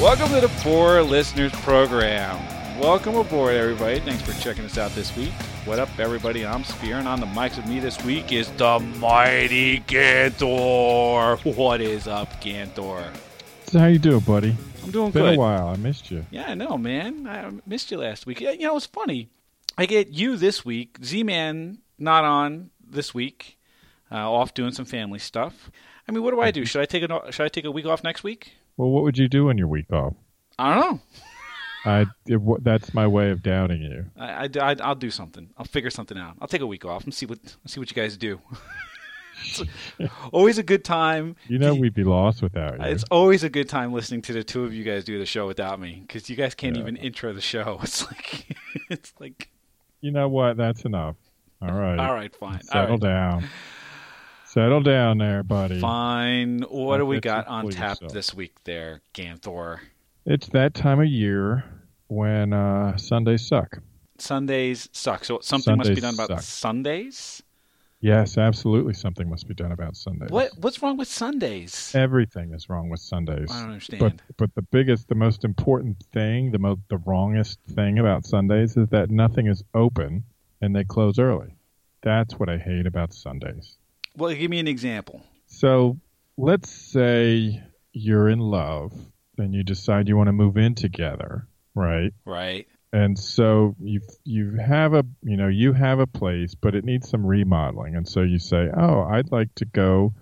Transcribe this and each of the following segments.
Welcome to the Four Listeners Program. Welcome aboard, everybody. Thanks for checking us out this week. What up, everybody? I'm Spear, and on the mics with me this week is the mighty Gantor. What is up, Gantor? So how you doing, buddy? I'm doing Been good. a while. I missed you. Yeah, I know, man. I missed you last week. Yeah, You know, it's funny. I get you this week. Z Man not on this week, uh, off doing some family stuff. I mean, what do I Mm-hmm. do? Should I take a Should I take a week off next week? Well, what would you do on your week off? I don't know. I it, wa- that's my way of doubting you. I, I, I, will do something. I'll figure something out. I'll take a week off and see what see what you guys do. It's always a good time. You know we'd be lost without you. It's always a good time listening to the two of you guys do the show without me because you guys can't Yeah. even intro the show. It's like it's like you know what? That's enough. All right. all right, fine, all Settle right, down. Settle down there, buddy. fine. What do we Fix it got on for tap yourself. this week, there, Ganthor? It's that time of year when uh, Sundays suck. Sundays suck. So something must be Sundays done about suck. Sundays. Yes, absolutely. Something must be done about Sundays. What what's wrong with Sundays? Everything is wrong with Sundays. I don't understand. But but the biggest, the most important thing, the most the wrongest thing about Sundays is that nothing is open and they close early. That's what I hate about Sundays. well, give me an example. So let's say you're in love and you decide you want to move in together, right? Right. And so you you have a you know you have a place, but it needs some remodeling. And so you say, oh, I'd like to go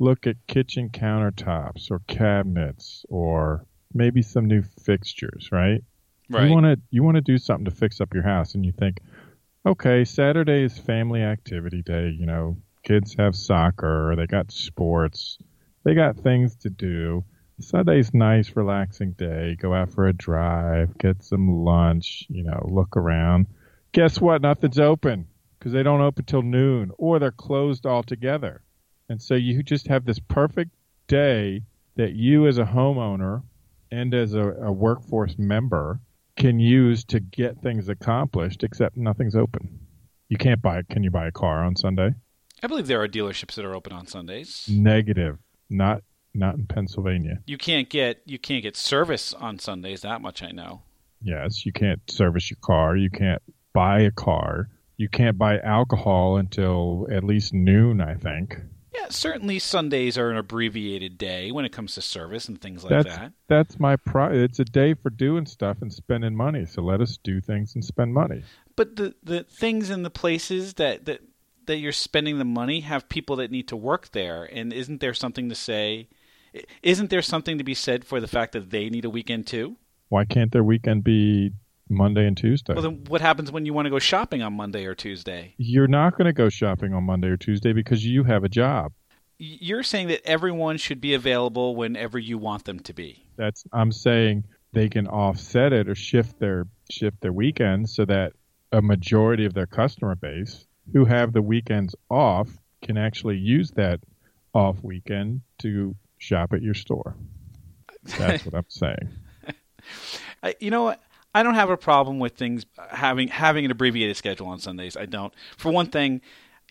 look at kitchen countertops or cabinets or maybe some new fixtures, right? Right. You want to you want to do something to fix up your house, and you think, okay, Saturday is family activity day. You know, kids have soccer, they got sports, they got things to do. Sunday's nice, relaxing day. Go out for a drive, get some lunch. You know, look around. Guess what? Nothing's open because they don't open till noon, or they're closed altogether. And so you just have this perfect day that you, as a homeowner and as a, a workforce member, can use to get things accomplished, except nothing's open. You can't buy. Can you buy a car on Sunday? I believe there are dealerships that are open on Sundays. Mm. Negative. Not not in Pennsylvania. You can't get you can't get service on Sundays. That much I know. Yes, you can't service your car. You can't buy a car. You can't buy alcohol until at least noon. I think Yeah, certainly Sundays are an abbreviated day when it comes to service and things like that's that. that's my pro. It's a day for doing stuff and spending money. So let us do things and spend money. But the the things and the places that that that you're spending the money have people that need to work there, and isn't there something to say? i- Isn't there something to be said for the fact that they need a weekend too? Why can't their weekend be Monday and Tuesday? Well, then what happens when you want to go shopping on Monday or Tuesday? You're not going to go shopping on Monday or Tuesday because you have a job. Y- You're saying that everyone should be available whenever you want them to be. That's I'm saying they can offset it or shift their shift their weekends so that a majority of their customer base who have the weekends off can actually use that off weekend to shop at your store. That's what I'm saying. I, you know what? I don't have a problem with things uh, having having an abbreviated schedule on Sundays. I don't. For one thing,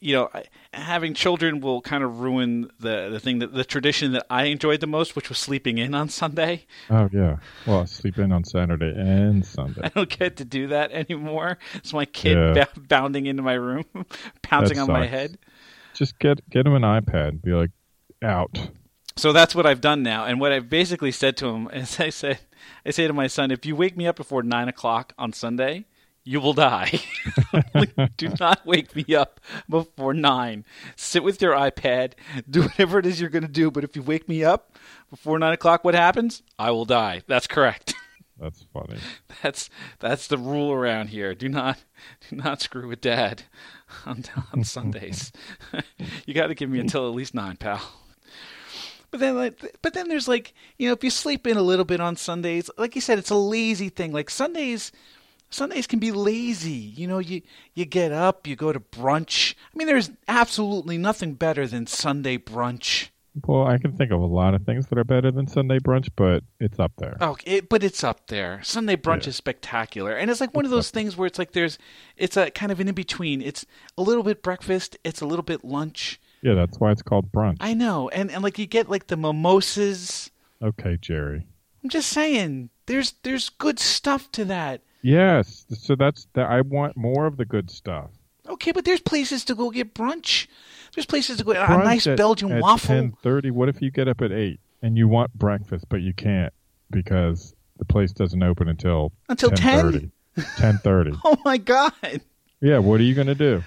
you know, I, having children will kind of ruin the the thing that the tradition that I enjoyed the most, which was sleeping in on Sunday. Oh yeah. Well, I sleep in on Saturday and Sunday. I don't get to do that anymore. It's my kid Yeah. bou- bounding into my room, pouncing That on my sucks. head. Just get get him an iPad and be like out. So that's what I've done now. And what I've basically said to him is I said, I say to my son, if you wake me up before nine o'clock on Sunday, you will die. Like, do not wake me up before nine. Sit with your iPad, do whatever it is you're going to do. But if you wake me up before nine o'clock, what happens? I will die. That's correct. That's funny. That's that's the rule around here. Do not do not screw with dad on, on Sundays. you got to give me until at least nine, pal. But then, like, but then there's like you know, if you sleep in a little bit on Sundays, like you said, it's a lazy thing. Like Sundays, Sundays can be lazy. You know, you you get up, you go to brunch. I mean, there's absolutely nothing better than Sunday brunch. Well, I can think of a lot of things that are better than Sunday brunch, but it's up there. Oh, it, but it's up there. Sunday brunch is spectacular, and it's like one of those things where it's like there's, it's a kind of an in between. It's a little bit breakfast, it's a little bit lunch. Yeah, that's why it's called brunch. I know, and and like you get like the mimosas. Okay, Jerry. I'm just saying, there's there's good stuff to that. Yes. So that's the, I want more of the good stuff. Okay, but there's places to go get brunch. There's places to go a Brunch nice at- Belgian at waffle. 10:30. What if you get up at 8 and you want breakfast but you can't because the place doesn't open until Until 10:30. 10? 10:30. Oh my god. yeah, what are you going to do?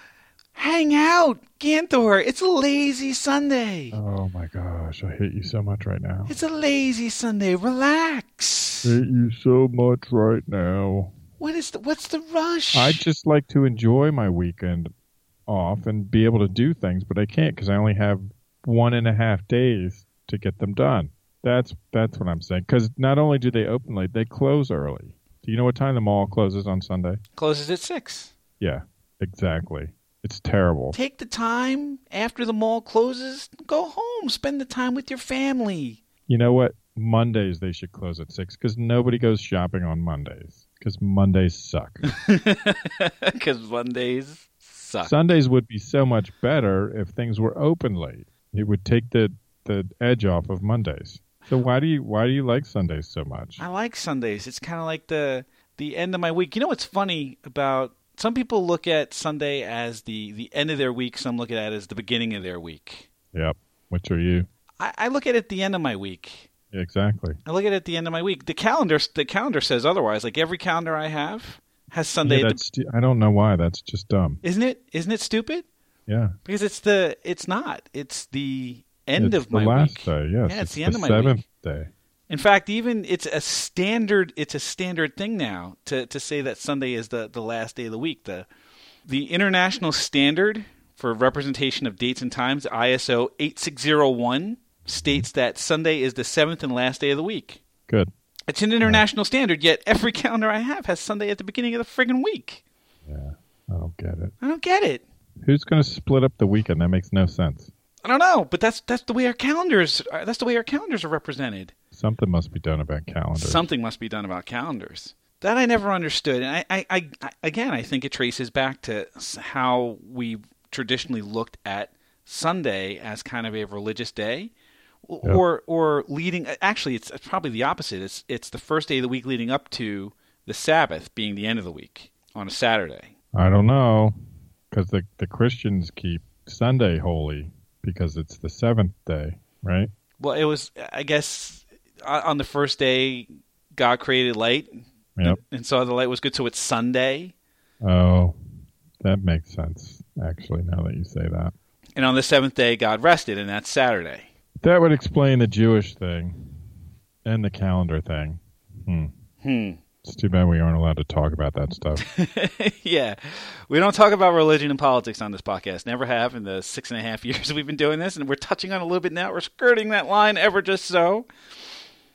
Hang out, Gantor. It's a lazy Sunday. Oh my gosh, I hate you so much right now. It's a lazy Sunday. Relax. hate you so much right now. What is the what's the rush? I just like to enjoy my weekend off and be able to do things, but I can't because I only have one and a half days to get them done. That's that's what I'm saying. Because not only do they open late, they close early. Do you know what time the mall closes on Sunday? closes at six. Yeah, exactly. It's terrible. Take the time after the mall closes. Go home. Spend the time with your family. You know what? Mondays they should close at six because nobody goes shopping on Mondays because Mondays suck. Because Mondays suck. Sundays would be so much better if things were open late. It would take the the edge off of Mondays. So why do you why do you like Sundays so much? I like Sundays. It's kind of like the the end of my week. You know what's funny about some people look at Sunday as the the end of their week. Some look at it as the beginning of their week. Yep. Which are you? I, I look at it the end of my week. Exactly. I look at it at the end of my week. The calendar the calendar says otherwise. Like every calendar I have has Sunday. Yeah, at the- that's, I don't know why. That's just dumb. isn't it? Isn't it stupid? Yeah. Because it's the it's not. It's the end It's of the my last week. day. Yes. Yeah, it's the end of my seventh week. day. In fact, even it's a standard it's a standard thing now to, to say that Sunday is the, the last day of the week. The the international standard for representation of dates and times, ISO eight six zero one, states that Sunday is the seventh and last day of the week. Good. It's an international standard, yet every calendar I have has Sunday at the beginning of the friggin' week. I don't get it. I don't get it. Who's going to split up the weekend? That makes no sense. I don't know, but that's that's the way our calendars are, that's the way our calendars are represented. Something must be done about calendars. Something must be done about calendars. That I never understood, and I, I, I, I again, I think it traces back to s- how we traditionally looked at Sunday as kind of a religious day, o- Yeah. or or leading. Actually, it's probably the opposite. It's it's the first day of the week leading up to the Sabbath being the end of the week on a Saturday. I don't know, because the the Christians keep Sunday holy because it's the seventh day, right? Well, it was, I guess, o- on the first day, God created light, Yep. and saw the light was good, so it's Sunday. Oh, that makes sense. Actually, now that you say that, And on the seventh day, God rested, and that's Saturday. that would explain the Jewish thing and the calendar thing. Hmm. Hmm. It's too bad we aren't allowed to talk about that stuff. yeah. We don't talk about religion and politics on this podcast. Never have in the six and a half years we've been doing this, and we're touching on it a little bit now. We're skirting that line ever just so.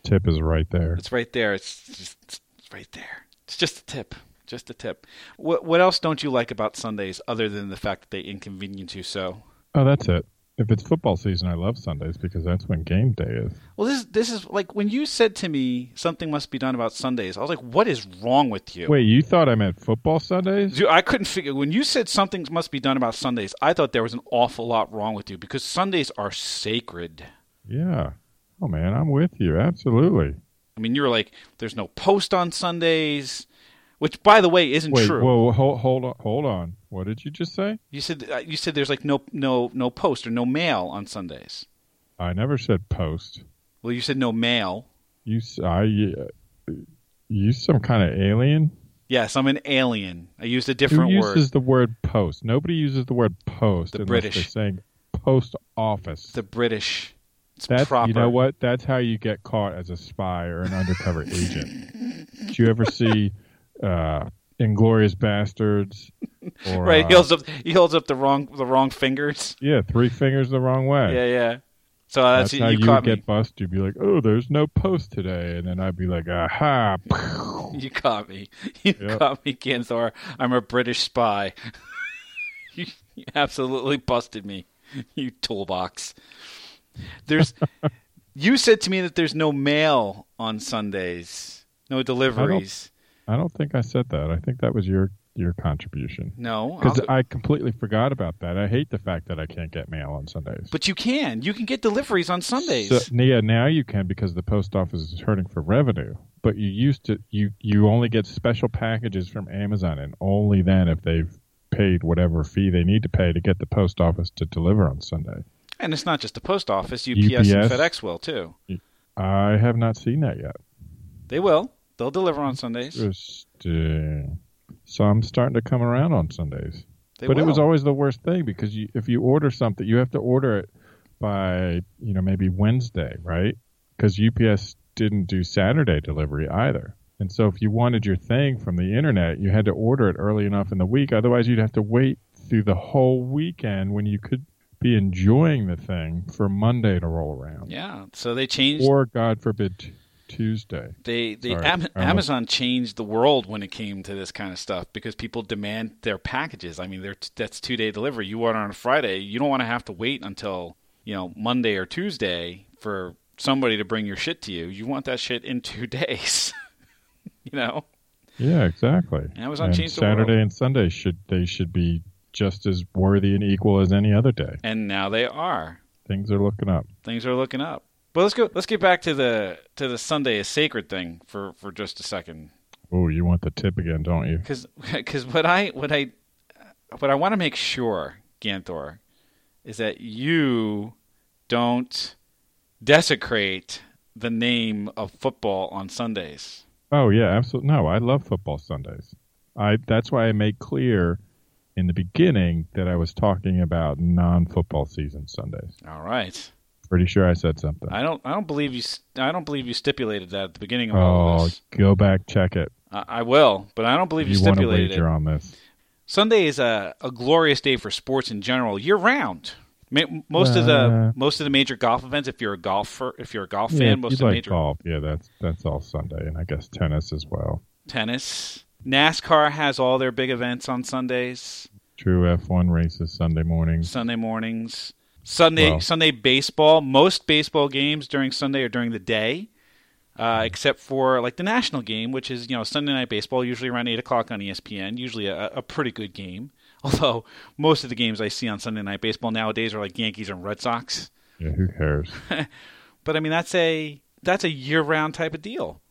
Tip is right there. It's right there. It's just it's right there. It's just a tip. Just a tip. What what else don't you like about Sundays other than the fact that they inconvenience you so? Oh, that's it. If it's football season, I love Sundays because that's when game day is. Well, this this is like when you said to me something must be done about Sundays. I was like, what is wrong with you? Wait, you thought I meant football Sundays? Dude, I couldn't figure when you said something must be done about Sundays. I thought there was an awful lot wrong with you because Sundays are sacred. Yeah. Oh man, I'm with you. Absolutely. I mean, you were like, "There's no post on Sundays," which, by the way, isn't Wait, true. whoa, hold, hold on, hold on. What did you just say? You said uh, you said there's like no no no post or no mail on Sundays. I never said post. Well, you said no mail. You, s- I, uh, you, some kind of alien? Yes, I'm an alien. I used a Who different uses word. the word post? Nobody uses the word post. The unless British. They're saying post office. The British. It's That's proper. you know what? That's how you get caught as a spy or an undercover agent. Did you ever see uh, Inglorious Bastards? Or, Right? uh, He holds up he holds up the wrong the wrong fingers. yeah, three fingers the wrong way. Yeah, yeah. So uh, That's so how you, you would caught me. get busted. You'd be like, "Oh, there's no post today," and then I'd be like, "Aha!" You caught me. You Yep. caught me, Ganthor. I'm a British spy. you, you absolutely busted me, you toolbox. There's. you said to me that there's no mail on Sundays, no deliveries. I don't think I said that. I think that was your your contribution. No, I'll Because go- I completely forgot about that. I hate the fact that I can't get mail on Sundays. but you can. You can get deliveries on Sundays. So, yeah, now you can because the post office is hurting for revenue. But you used to you you only get special packages from Amazon, and only then if they've paid whatever fee they need to pay to get the post office to deliver on Sunday. and it's not just the post office. UPS, and UPS. FedEx will too. I have not seen that yet. They will. They'll deliver on Sundays. Interesting. So I'm starting to come around on Sundays. They but will. it was always the worst thing because you, if you order something, you have to order it by you know maybe Wednesday, right? Because UPS didn't do Saturday delivery either. And so if you wanted your thing from the internet, you had to order it early enough in the week. Otherwise, you'd have to wait through the whole weekend when you could be enjoying the thing for Monday to roll around, yeah. So they changed. or God forbid, t- Tuesday. they they Am- Sorry, I almost- Amazon changed the world when it came to this kind of stuff because people demand their packages. I mean, they're that's two day delivery. You order on a Friday, you don't want to have to wait until you know Monday or Tuesday for somebody to bring your shit to you. You want that shit in two days. you know, Yeah, exactly. Amazon and changed the Saturday world. and Sunday should they should be just as worthy and equal as any other day. and now they are. Things are looking up. Things are looking up. But let's go. Let's get back to the to the Sunday is sacred thing for for just a second. Oh, you want the tip again, don't you? because what I what I what I want to make sure, Ganthor, is that you don't desecrate the name of football on Sundays. Oh yeah, absolutely. No, I love football Sundays. I that's why I made clear in the beginning that I was talking about non-football season Sundays. All right, Pretty sure I said something. I don't I don't believe you s- I don't believe you stipulated that at the beginning of all oh, this. go back check it. I, I will, but I don't believe If you, you want to stipulated it. wager on this? Sunday is a, a glorious day for sports in general, year round. Ma- Most of the Uh, most of the major golf events. If you're a golfer, if you're a golf yeah, fan, if most you'd of the like major golf. Yeah, that's that's all Sunday, and I guess tennis as well. tennis. NASCAR has all their big events on Sundays, True F1 races Sunday mornings. Sunday mornings. Sunday Wow. Sunday baseball. Most baseball games during Sunday are during the day, uh, except for like the national game, which is you know Sunday night baseball, usually around eight o'clock on E ESPN. Usually a, a pretty good game. Although most of the games I see on Sunday night baseball nowadays are like Yankees and Red Sox. Yeah, who cares? But I mean that's a that's a year round type of deal.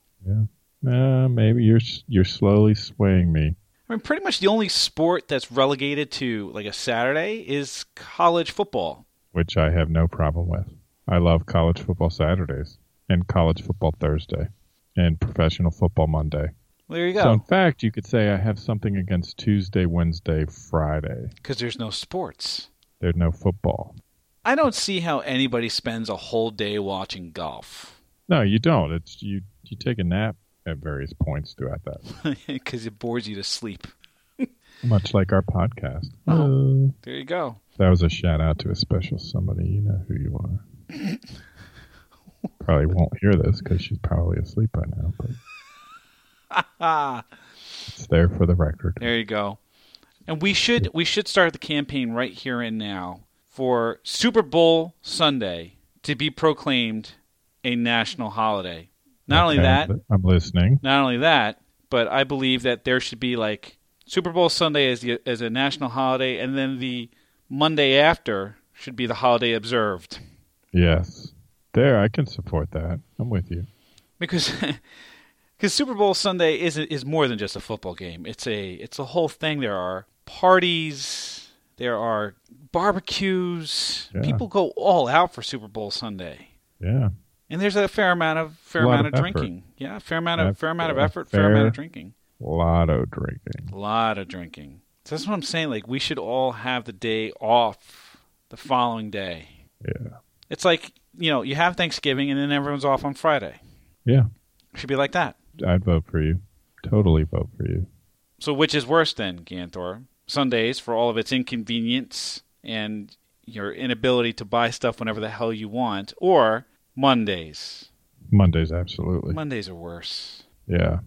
Uh, maybe you're you're slowly swaying me. I mean, pretty much the only sport that's relegated to like a Saturday is college football. which I have no problem with. I love college football Saturdays and college football Thursday and professional football Monday. Well, there you So in go. fact, you could say I have something against Tuesday, Wednesday, Friday. Because there's no sports. There's no football. I don't see how anybody spends a whole day watching golf No, you don't. It's you you take a nap at various points throughout that. because it bores you to sleep. Much like our podcast. Uh, There you go. that was a shout out to a special somebody. You know who you are. probably won't hear this because she's probably asleep by now, but Ah, it's there for the record. there you go. And we should we should start the campaign right here and now for Super Bowl Sunday to be proclaimed a national holiday. Not only Okay, that, I'm listening. not only that, but I believe that there should be like Super Bowl Sunday as the, as a national holiday, and then the Monday after should be the holiday observed. Yes. There, I can support that. I'm with you. because because Super Bowl Sunday is is more than just a football game. It's a it's a whole thing. There are parties. There are barbecues. Yeah. People go all out for Super Bowl Sunday, Yeah. and there's a fair amount of fair Lot amount of of effort. drinking. Yeah, fair amount of That's fair amount of a effort. Fair amount fair- of drinking. Lotto drinking. A lot of drinking. So that's what I'm saying. Like we should all have the day off the following day. Yeah. It's like you know you have Thanksgiving and then everyone's off on Friday. Yeah. should be like that. I'd vote for you. Totally vote for you. So which is worse then, Ganthor? Sundays for all of its inconvenience and your inability to buy stuff whenever the hell you want, or Mondays. Mondays, absolutely. Mondays are worse. yeah.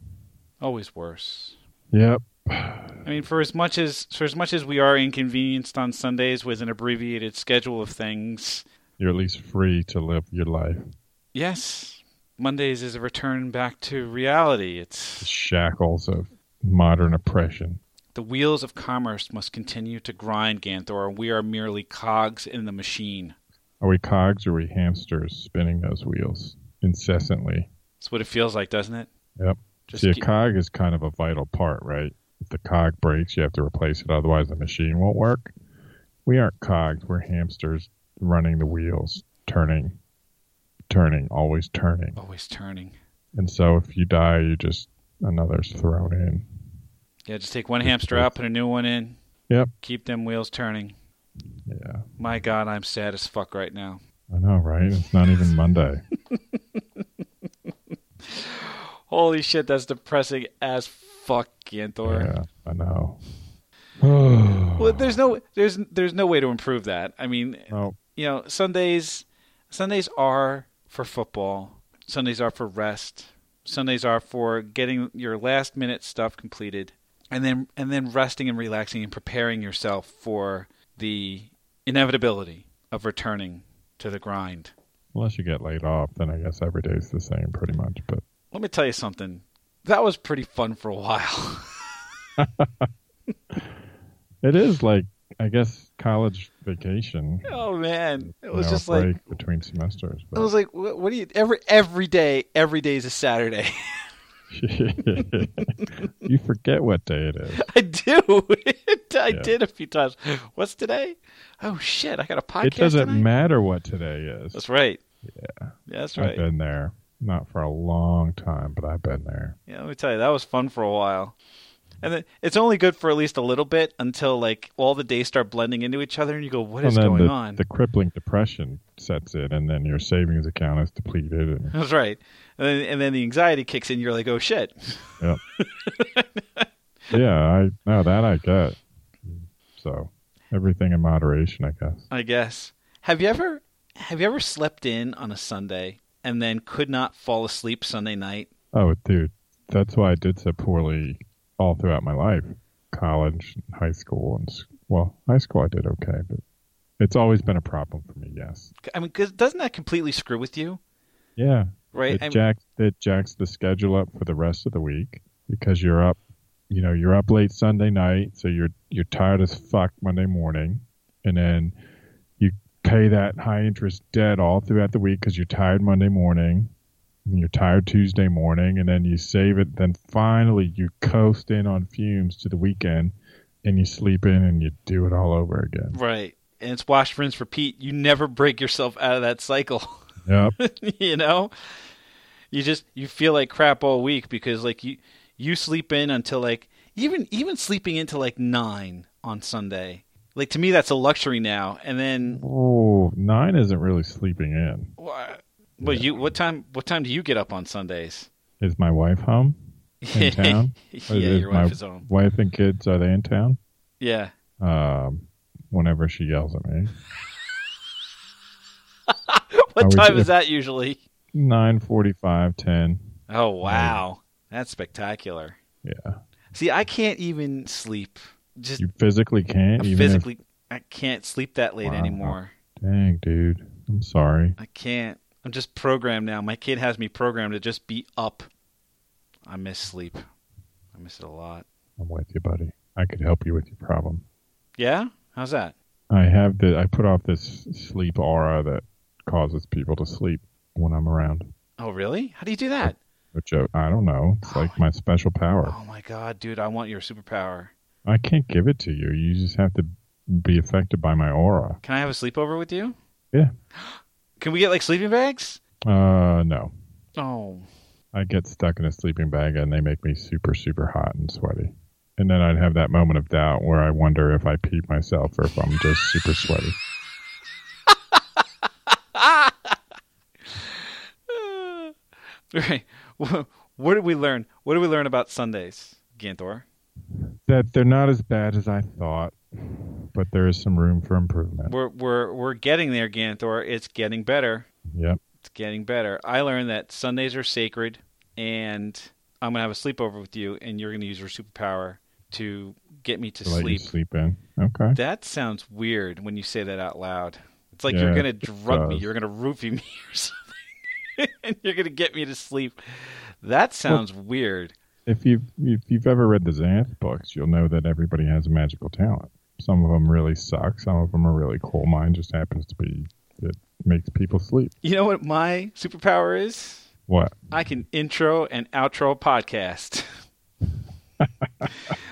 Always worse. Yep. I mean, for as much as for as much as we are inconvenienced on Sundays with an abbreviated schedule of things, You're at least free to live your life. yes, Mondays is a return back to reality. The It's shackles of modern oppression. The wheels of commerce must continue to grind, Ganthor, and we are merely cogs in the machine. Are we cogs or are we hamsters spinning those wheels incessantly? That's what it feels like, doesn't it? Yep. Just See, a keep- cog is kind of a vital part, right? If the cog breaks, you have to replace it, otherwise the machine won't work. We aren't cogs, we're hamsters running the wheels, turning, turning, always turning. always turning. And so if you die, you just, another's thrown in. Yeah, just take one Just hamster keep- out, put a new one in. Yep. Keep them wheels turning. Yeah. My God, I'm sad as fuck right now. I know, right? It's not even Monday. Holy shit, that's depressing as fuck, Ganthor. Yeah, I know. Well, there's no there's there's no way to improve that. I mean, no, you know, Sundays Sundays are for football. Sundays are for rest. Sundays are for getting your last minute stuff completed and then and then resting and relaxing and preparing yourself for the inevitability of returning to the grind. unless you get laid off, then I guess every day's the same pretty much. But Let me tell you something. That was pretty fun for a while. it is like, I guess, college vacation. oh man, it was you know, just a like break between semesters. I But was like, what, what do you every every day? Every day is a Saturday. you forget what day it is. I do. I Yeah. did a few times. What's today? Oh shit! I got a podcast. it doesn't tonight? matter what today is. That's right. Yeah. That's I've right. been there, not for a long time, but I've been there. Yeah, let me tell you, that was fun for a while. And then it's only good for at least a little bit until like all the days start blending into each other, and you go, "What is and then going the, on?" the crippling depression sets in, and then your savings account is depleted, and That's right. And then and then the anxiety kicks in. You're like, "Oh shit!" yeah, I no that I get. So everything in moderation, I guess. I guess. Have you ever have you ever slept in on a Sunday and then could not fall asleep Sunday night? Oh, dude, that's why I did so poorly all throughout my life, college, high school, and s- well, high school I did okay, but it's always been a problem for me. Yes, I mean, does doesn't that completely screw with you? yeah, Right? it I mean- jacks it jacks the schedule up for the rest of the week because you're up, you know, you're up late Sunday night, so you're you're tired as fuck Monday morning, and then you pay that high interest debt all throughout the week because you're tired Monday morning. And you're tired Tuesday morning, and then you save it. Then finally, you coast in on fumes to the weekend, and you sleep in, and you do it all over again. Right. And it's wash, rinse, repeat. You never break yourself out of that cycle. Yep. you know? You just you feel like crap all week because like you you sleep in until like even even sleeping into like nine on Sunday. Like to me that's a luxury now. And then Oh, nine isn't really sleeping in. wha- well you what time what time do you get up on Sundays? Is my wife home? in town? yeah, Or is your wife my is home. Wife and kids are they in town? Yeah. Um, whenever she yells at me, What I would- time if- is that usually? nine forty-five, ten. Oh wow. That's spectacular. Yeah, See, I can't even sleep. Just you physically can't. I even physically I can't sleep that late Wow. anymore. If, dang, dude, I'm sorry. I can't. I'm just programmed now. My kid has me programmed to just be up. I miss sleep. I miss it a lot. I'm with you, buddy. I could help you with your problem. Yeah? How's that? I have the. I put off this sleep aura that causes people to sleep when I'm around. Oh, really? How do you do that? No joke. I don't know. It's like my special power. Oh my god, dude, I want your superpower. I can't give it to you. You just have to be affected by my aura. Can I have a sleepover with you? Yeah. Can we get like sleeping bags? Uh, no. Oh. I get stuck in a sleeping bag and they make me super, super hot and sweaty. And then I'd have that moment of doubt where I wonder if I peed myself or if I'm just super sweaty. Uh, right. Wha- What did we learn? What did we learn about Sundays, Ganthor? That they're not as bad as I thought, but there is some room for improvement. We're we're we're getting there, Ganthor. It's getting better. Yep. It's getting better. I learned that Sundays are sacred, and I'm gonna have a sleepover with you, and you're gonna use your superpower to get me to To let you sleep. sleep in. Okay. That sounds weird when you say that out loud. It's like you're Yeah, gonna drug me, does. you're gonna roofie me or something, and you're gonna get me to sleep. That sounds weird. if you if you've ever read the Xanth books, you'll know that everybody has a magical talent. Some of them really suck. Some of them are really cool. Mine just happens to be it makes people sleep. You know what my superpower is? What? I can intro and outro a podcast.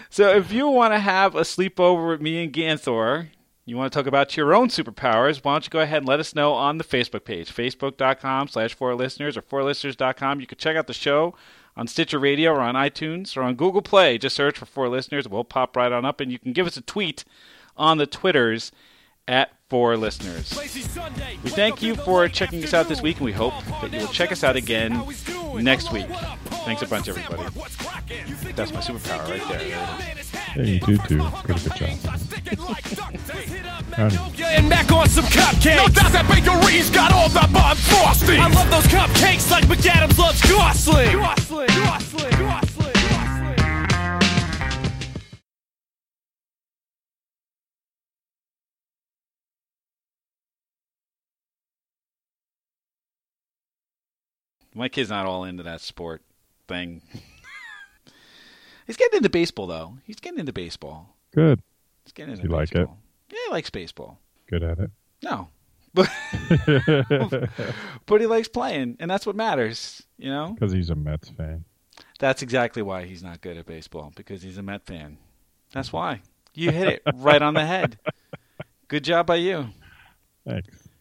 so if you want to have a sleepover with me and Ganthor, you want to talk about your own superpowers, why don't you go ahead and let us know on the Facebook page, facebook.com slash four listeners or fourlisteners.com. You can check out the show on Stitcher Radio or on iTunes or on Google Play. Just search for Four Listeners. We'll pop right on up, and you can give us a tweet on the Twitters at Four Listeners. We thank you for checking us out this week, and we hope that you will check us out again next week. Thanks a bunch, everybody. That's my superpower right there. Yeah, you do too. Pretty good job. Howdy. And Mac on some cupcakes. No doubt that bakery's got all the Bob Frosty. I love those cupcakes like McAdams loves Gosling. Gosling, Gosling, Gosling, Gosling. My kid's not all into that sport thing. He's getting into baseball though. He's getting into baseball. Good. He's getting into You like it? baseball. Yeah, he likes baseball. Good at it. No. But but he likes playing, and that's what matters, you know? Because he's a Mets fan. That's exactly why he's not good at baseball, because he's a Met fan. That's why. You hit it right on the head. Good job by you. Thanks.